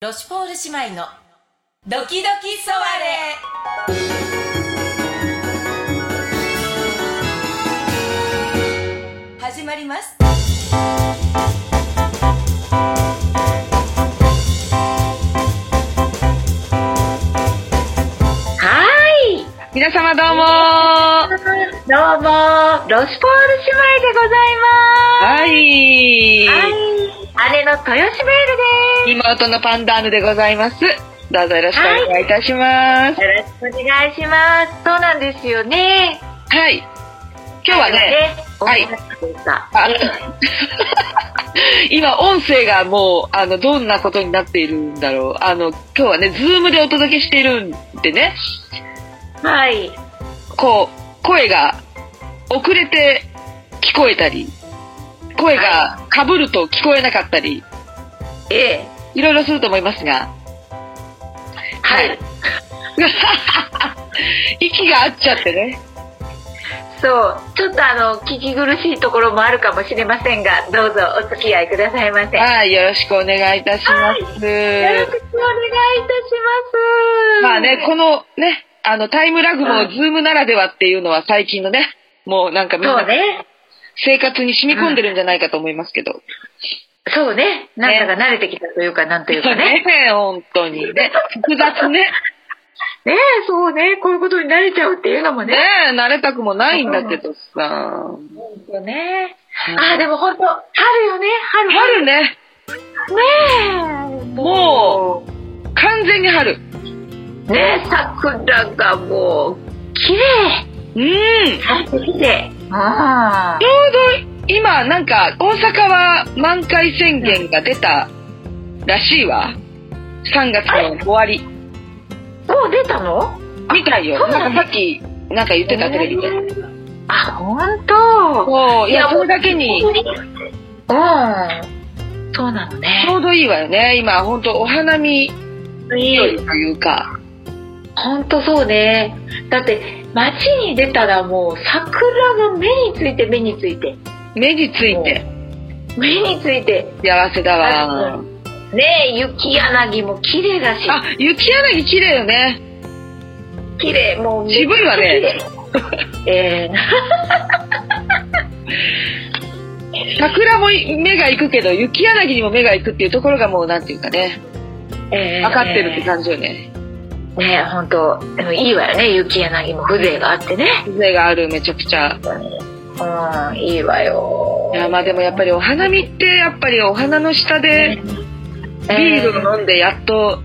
ロシュポール姉妹のドキドキソワレ始まりますはーい。皆様どうもどうも、ロシュポール姉妹でございまはい。す。はい。姉の豊島エルで妹のパンダーヌでございます。どうぞよろしくお願いいたしますす。。よろしくお願いします。そうなんですよね。はい。今日はね、ははいい。お話でした。あの 今音声がもう、あの、どんなことになっているんだろう。あの、今日はね、ズームでお届けしているんでね、はい。こう、声が遅れて聞こえたり、声が被ると聞こえなかったり、ええ。いろいろすると思いますが、はい。 息が合っちゃってね。そう。ちょっとあの、聞き苦しいところもあるかもしれませんが、どうぞお付き合いくださいませ。よはい、よろしくお願いいたします。ろしくお願いいたします。まあね、このね、あの、タイムラグもズームならではっていうのは最近のね、もうなんかみんそうなね。生活に染み込んでるんじゃないかと思いますけど。そうね。なんだか慣れてきたというか、なんというかね。ねえ、本当にね。複雑 ね。ねえ、そうね。こういうことに慣れちゃうっていうのもねね。え、慣れたくもないんだけどさ。そうね。あああ、でも本当春よね。春、春ね、春。ねえ。も完全に春。う。ねえ、桜がもう、綺麗。うん。咲いてきて。ああち。ょうど今、なんか大阪は満開宣言が出たらしいわ。3月の終わり。もう出たのみたいよ。そうななんんだかさっき、なんか言ってたテレビで。あ、本当。そう、いや、もそれだけに、本当にうん。そうなのちょね。うどいいわよね。今、ほんと、お花見い日和というか。本当そうね。だって、街に出たらもう、桜が目について目について。目について、目について。幸せだうわ。ねえ、雪柳も綺麗だし、あ、雪柳綺麗よね。綺麗、もうめっちゃ渋いわね。綺麗。え桜も目が行くけど、雪柳にも目が行くっていうところがもう、なんていうかね、ーえー 分かってるって感じよね。ねえ、本当でもいいわよね、雪柳も風情があってね。風情がある、めちゃくちゃ。うん、いいわよ。いや、まあでもやっぱりお花見って、やっぱりお花の下で、ビールを飲んでやっと、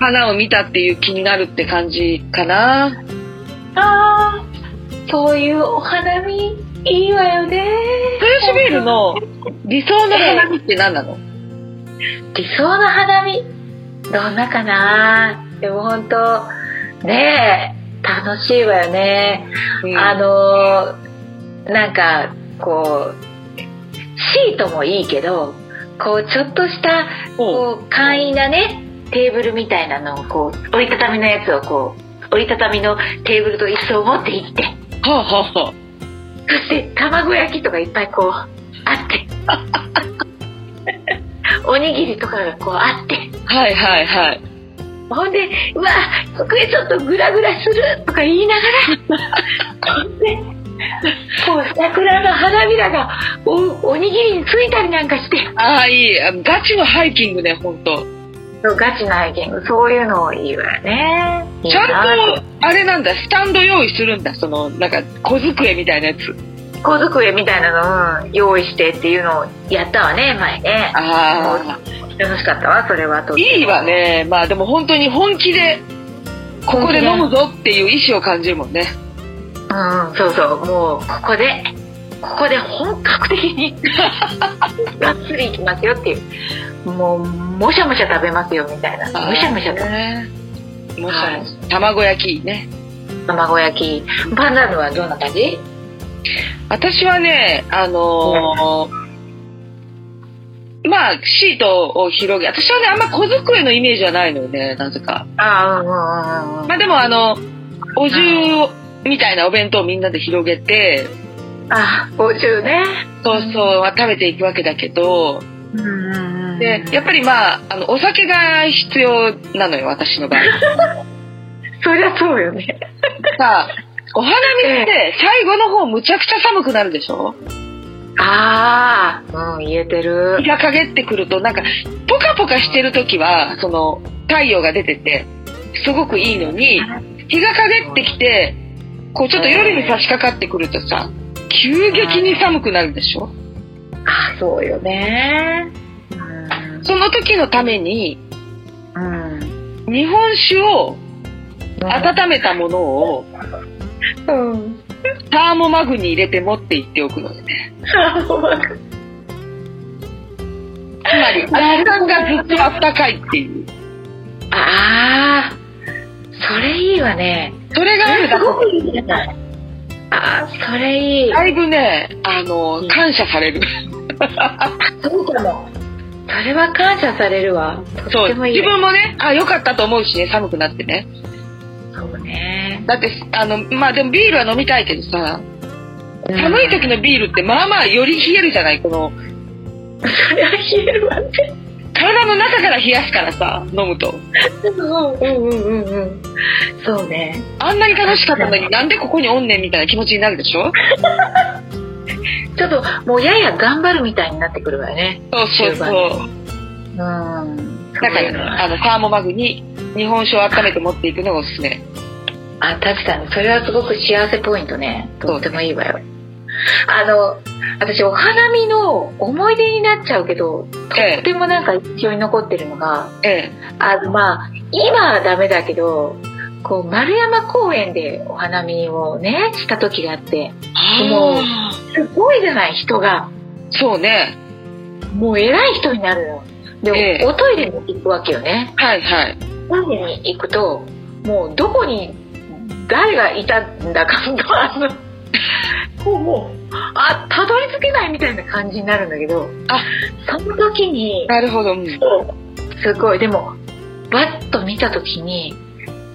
花を見たっていう気になるって感じかな。あーそういうお花見、いいわよね。豊島ビールの理想の花見って何なの、理想の花見、どんなかなでも本当ねえ、楽しいわよね。うんあのーなんかこうシートもいいけどこうちょっとしたこう簡易なねテーブルみたいなのをこう折りたたみのやつをこう折りたたみのテーブルと椅子を持って行ってはあ、はあはあ、そして卵焼きとかいっぱいこうあって おにぎりとかがこうあってはいはいはい。ほんで、うわ、机ちょっとグラグラするとか言いながら、でこう桜の花びらがおおにぎりについたりなんかして、ああ、いい。あガチのハイキングね、ほんと。ガチな意見、そういうのいいわね。ちゃんと、あれなんだ、スタンド用意するんだ。その、なんか、小机みたいなやつ。と、小机みたいなの、うん、用意してっていうのをやったわね、前ね。ああ、楽しかったわ、それはとっても。いいわね。まあでも本当に本気で、ここで飲むぞっていう意志を感じるもんね。うん、そうそう、もうここで、ここで本格的 にがっつりいきますよっていう、もう、もしゃもしゃ食べますよみたいな、もしゃもしゃ食べね。もしはゃもしゃ。卵焼きね。卵焼き、パンダのはどんな感じ私はね、あのーまあ、シートを広げ、私はね、あんま小机のイメージはないのよね、なぜか。ああ、うんうんうんうん。まあでも、あの、お重をみたいなお弁当をみんなで広げて、あ、50ね。そうそう、食べていくわけだけど、うんうんうんで、やっぱりまあ、あの、お酒が必要なのよ、私の場合。そりゃそうよね。さあ、お花見って最後の方むちゃくちゃ寒くなるでしょああ、うん、言えてる日。が陰ってくると、なんか、ポカポカしてる時は、その、太陽が出てて、すごくいいのに、日が陰ってきて、こうちょっと夜に差し掛かってくるとさ、急激に寒くなるでしょあそうよね。その時のために、うん。うん。日本酒を温めたものをうん。ターモマグに入れて持って行っておくのね。 つまり、なる味さほどんがずっとあったかいっていう。ああ、それいいわね。それがあるだと、いいじゃない。ああ、それいい。だいぶね、あのうん、感謝される。そうかも。それは感謝されるわ。とっそう。てもいい。自分もね、あ、良かったと思うしね、寒くなってね。そうね。だって、あの、まあでもビールは飲みたいけどさ、寒い時のビールってまあまあより冷えるじゃないこの、それは冷えるわね。体の中から冷やすからさ、飲むと。うんうんうんうんうん。そうね。あんなに楽しかったのになんでここにおんねんみたいな気持ちになるでしょちょっともうやや頑張るみたいになってくるわよね。そうそうそう。うん。だだからね、あの、サーモマグに日本酒を温めて持っていくのがおすすめ。あ、確かに、それはすごく幸せポイントね。とってもいいわよ。あの、私、お花見の思い出になっちゃうけど、とっえてもなんか印象に残ってるのが、え、えあの、まあ、今はダメだけど、こう、丸山公園でお花見をね、した時があって、え。もうあすごいじゃない、人が。ーそうね。もう偉い人になるの。で、ええおトイレに行くわけよね。はいはい。トイレに行くと、もうどこに誰がいたんだかと、あの、もうもう、あ、たどり着けないみたいな感じになるんだけど、あ、その時に、なるほど。うんすごい、でも、バッと見た時に、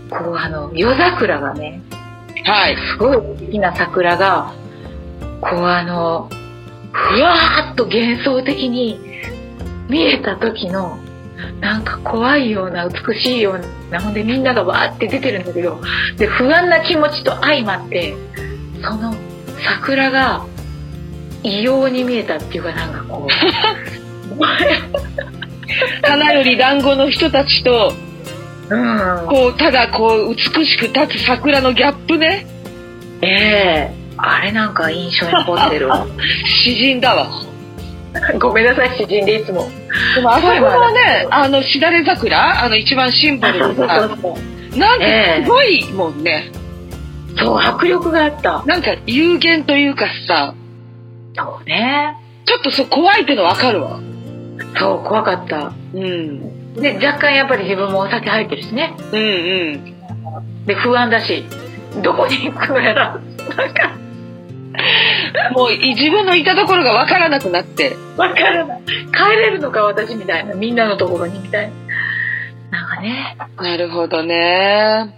こうあの、夜桜がね、はい。すごい大きな桜が、こうあの、ふわーっと幻想的に見えた時の、なんか怖いような美しいような、ほんでみんながわーって出てるんだけど、で、不安な気持ちと相まって、その桜が異様に見えたっていうかなんかこう、花より団子の人たちと、うん、こう、ただこう、美しく立つ桜のギャップね。ええあれなんか印象に残ってるわ。詩人だわ。 ごめんなさい、詩人でいつも。でも、あそこはね、あの、しだれ桜、あの、一番シンボあ、そルうそうそでさ、うそう。なんかすごいもんね。 そう、迫力があった。なんか有限というかさ、そうね。ちょっとそう怖いってのわかるわ。そう、怖かった。うん。うんで、若干やっぱり自分もお酒入ってるしね。うん。で、不安だし、どこに行くのやら、なんか、もうい自分のいたところがわからなくなって。 わからない。帰れるのか、私みたいな。みんなのところにみたいな。なんかね。なるほどね。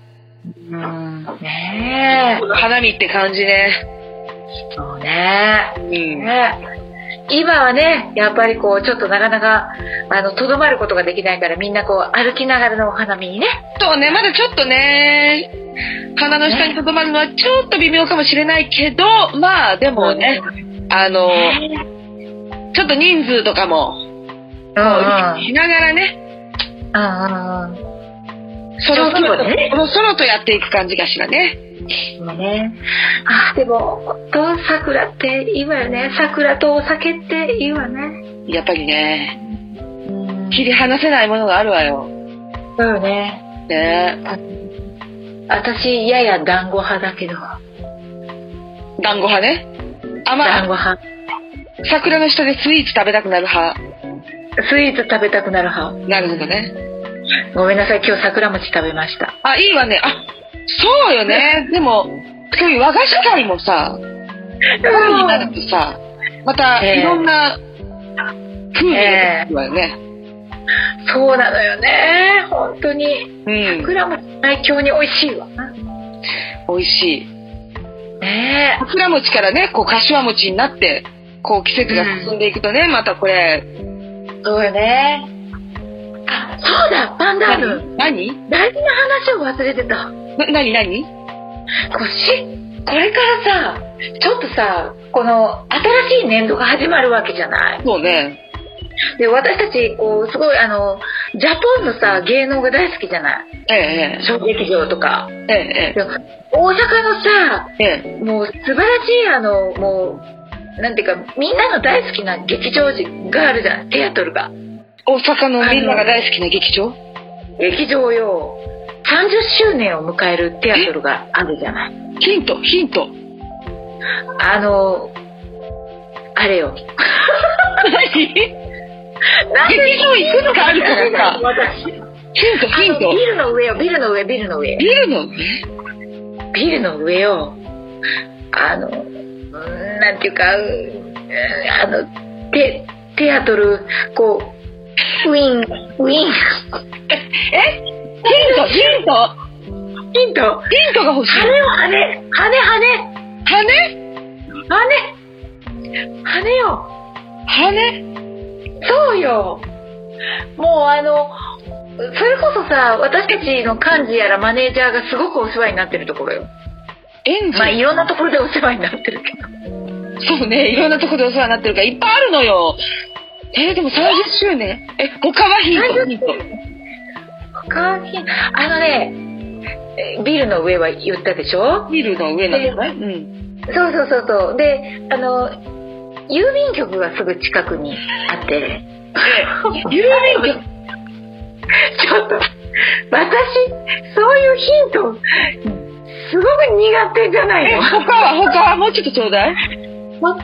うん。ね花見って感じね。え。そうね。うん。ね今はね、やっぱりこう、ちょっとなかなか、あの、とどまることができないから、みんなこう、歩きながらのお花見にね。そうね、まだちょっとね、鼻の下にとどまるのはちょっと微妙かもしれないけど、まあでもね、あの、ね。ちょっと人数とかも、うんうん。しながらね、うんうんそろそろ小規模でねと、そろそろとやっていく感じがしらね。うん。ね。あ、でも、本当桜っていいわよね。桜とお酒っていいわね。やっぱりね、うん切り離せないものがあるわよ。そうよね。ね私、やや団子派だけど。団子派ね。あ、ま団あ、子派。桜の下でスイーツ食べたくなる派。スイーツ食べたくなる派。なるほどね。ごめんなさい、今日桜餅食べました。あ、いいわね。あ、そうよね。でも、そういう和菓子界もさ、春になるとさ、またええいろんな風味が出てくるわよね。そうなのよね。本当に。うん。桜餅最強に美味しいわ。美味しい。ね桜餅からね、こう、柏餅になって、こう、季節が進んでいくとね、またこれえ。、そうよねあそうだパンダム何何大事な話を忘れてたな何何こうしこれからさちょっとさこの新しい年度が始まるわけじゃないそうね。で私たちこうすごいあのジャポンのさ芸能が大好きじゃないええ、小劇場とかええ、でも大阪のさええ、えもう素晴らしいあのもうなんていうかみんなの大好きな劇場があるじゃんテアトルがえ。大阪のみんなが大好きな劇場劇場用30周年を迎えるテアトルがあるじゃないヒント、ヒント。あのあれよ何ヒン劇場いくつかあるからさ私ト、ヒンあのトビ。ルの上よビルの上ビルの上ビルのねビルの上をあのうんなんていうかうんあのテテアトルこうウィンウィンヒント、ヒント。ヒントヒントが欲しい。羽を羽羽羽羽羽羽よ羽そうよもうあのそれこそさ私たちの幹事やらマネージャーがすごくお世話になってるところよエンジン、まあいろんなところでお世話になってるけどそうね、いろんなとこでお世話になってるから、いっぱいあるのよ。えー、でも30周年え、他はヒント、ヒント。関心あのねえビルの上は言ったでしょビルの上なんじゃないうん。そうそうそうそうであの郵便局がすぐ近くにあって 郵便局、ちょっと私そういうヒントすごく苦手じゃないえ、の 他は、他は、もうちょっとちょうだい。わかん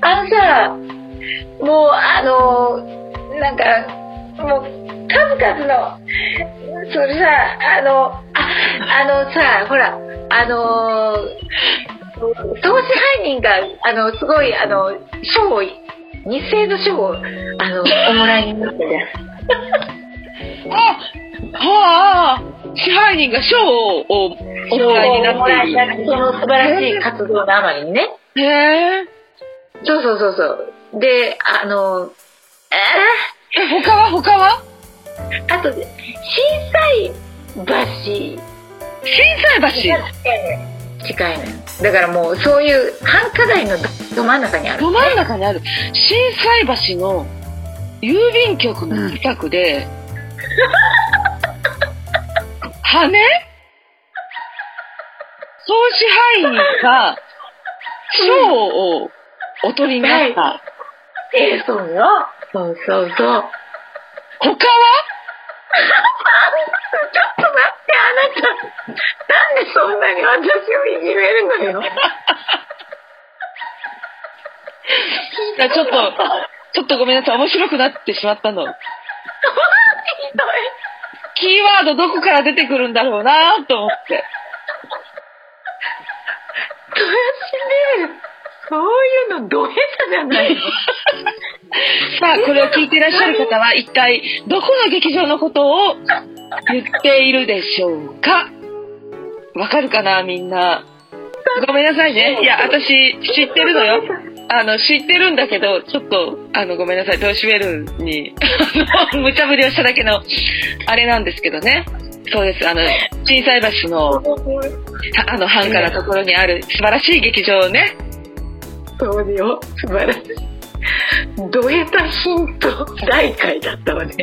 あのさもうあのなんかもう数々のそれさあのああのさほらあの投資犯人があのすごいあの賞を日清の賞をあのおもらいになったじゃんあはあ、支配人が賞をおおもらいになっている。その素晴らしい活動のあまりにねへえ。そうそうそうそうであのえーえ、他は、他はあと、震災橋震災近いのよ。だからもう、そういう繁華街のど真ん中にあ橋る。ど真ん中にある震災橋の郵便局の近くで、羽総支配人が賞をお取りになった、ええそうよ。そうそうそう。ちょっと待他はって、あなた。なんでそんなに私をいじめるの よ。いやちょっとちょっとごめんなさい面白くなってしまったのひどい。キーワードどこから出てくるんだろうなと思ってどうやってね、そういうのど下手じゃないの。さあ、これを聞いていらっしゃる方は、一体、どこの劇場のことを言っているでしょうかわかるかな、みんな。ごめんなさいね。いや、私、知ってるのよ。あの、知ってるんだけど、ちょっと、あの、ごめんなさい。トシウェルに、 あの無茶ぶりをしただけの、あれなんですけどね。そうです。あの、震災橋の、あの、繁華なところにある素晴らしい劇場をね、 そうよ。素晴らしい。ど下手ヒント大会だったわね。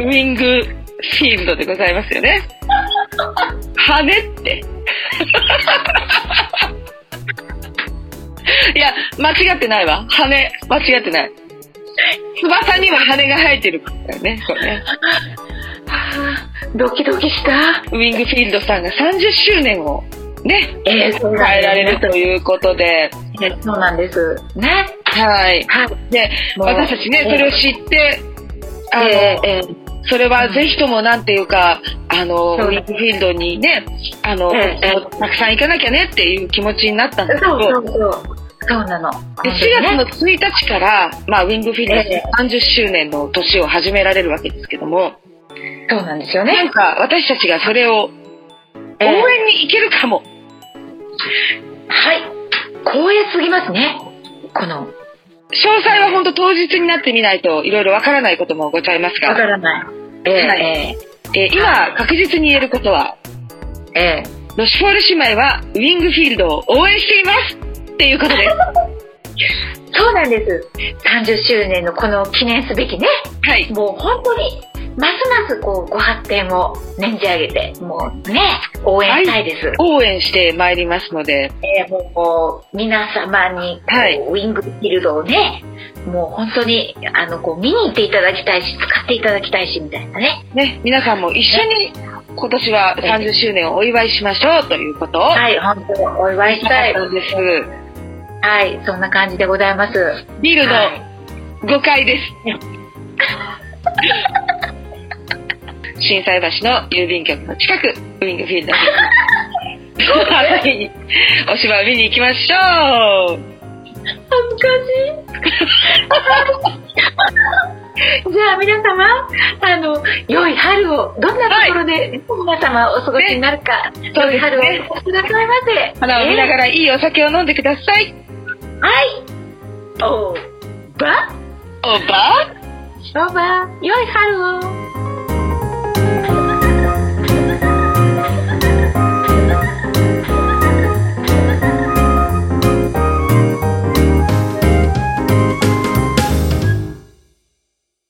ウィングフィールドでございますよね。羽って。いや、間違ってないわ。羽、間違ってない。翼には羽が生えてるからね。これねああ、ドキドキした。ウィングフィールドさんが30周年をね、ええそう迎なんえですられるということで、そうなんです。ね。はい。はい。で、もう私たちね、えそれを知って、あの、えええそれはぜひともなんていうか、あの、ウそうィングフィールドにね、あの、ええええたくさん行かなきゃねっていう気持ちになったんえですけそど、うそうそう。そうなの。で4月の1日から、まあ、ウィングフィールええド30周年の年を始められるわけですけども、そうなんですよなねん。か私たちがそれを応ええ援に行けるかも。はい。光栄すぎますね。この詳細は本当当日になってみないといろいろわからないこともございますわかが、らない。ええはいえー今確実に言えることは、えええロシュフォール姉妹はウィングフィールドを応援していますっていうこ とです。えそうなんです。30周年のこの記念すべきね、はい。もう本当に、ますますこう、ご発展を念じ上げて、もうね、応援したいです。応援してまいりますので、えーもうこう皆様にこう、はいウィングフィールドをねもう本当にあのこう見に行っていただきたいし使っていただきたいしみたいなねね、皆さんも一緒に今年は30周年をお祝いしましょうということを、はい本当にお祝いしたいそうです。はいそんな感じでございますビールはのい5階 です。震災橋の郵便局の近く、ウィングフィールド。 はいお芝居見に行きましょう恥 ずかしいじゃあ皆様あの良い春をどんなところで、皆様お過ごしになるか、そう良いですね春をお過ごしくださいませ花を見ながらいいお酒を飲んでくださえーい。はいおばおばあおば良い春を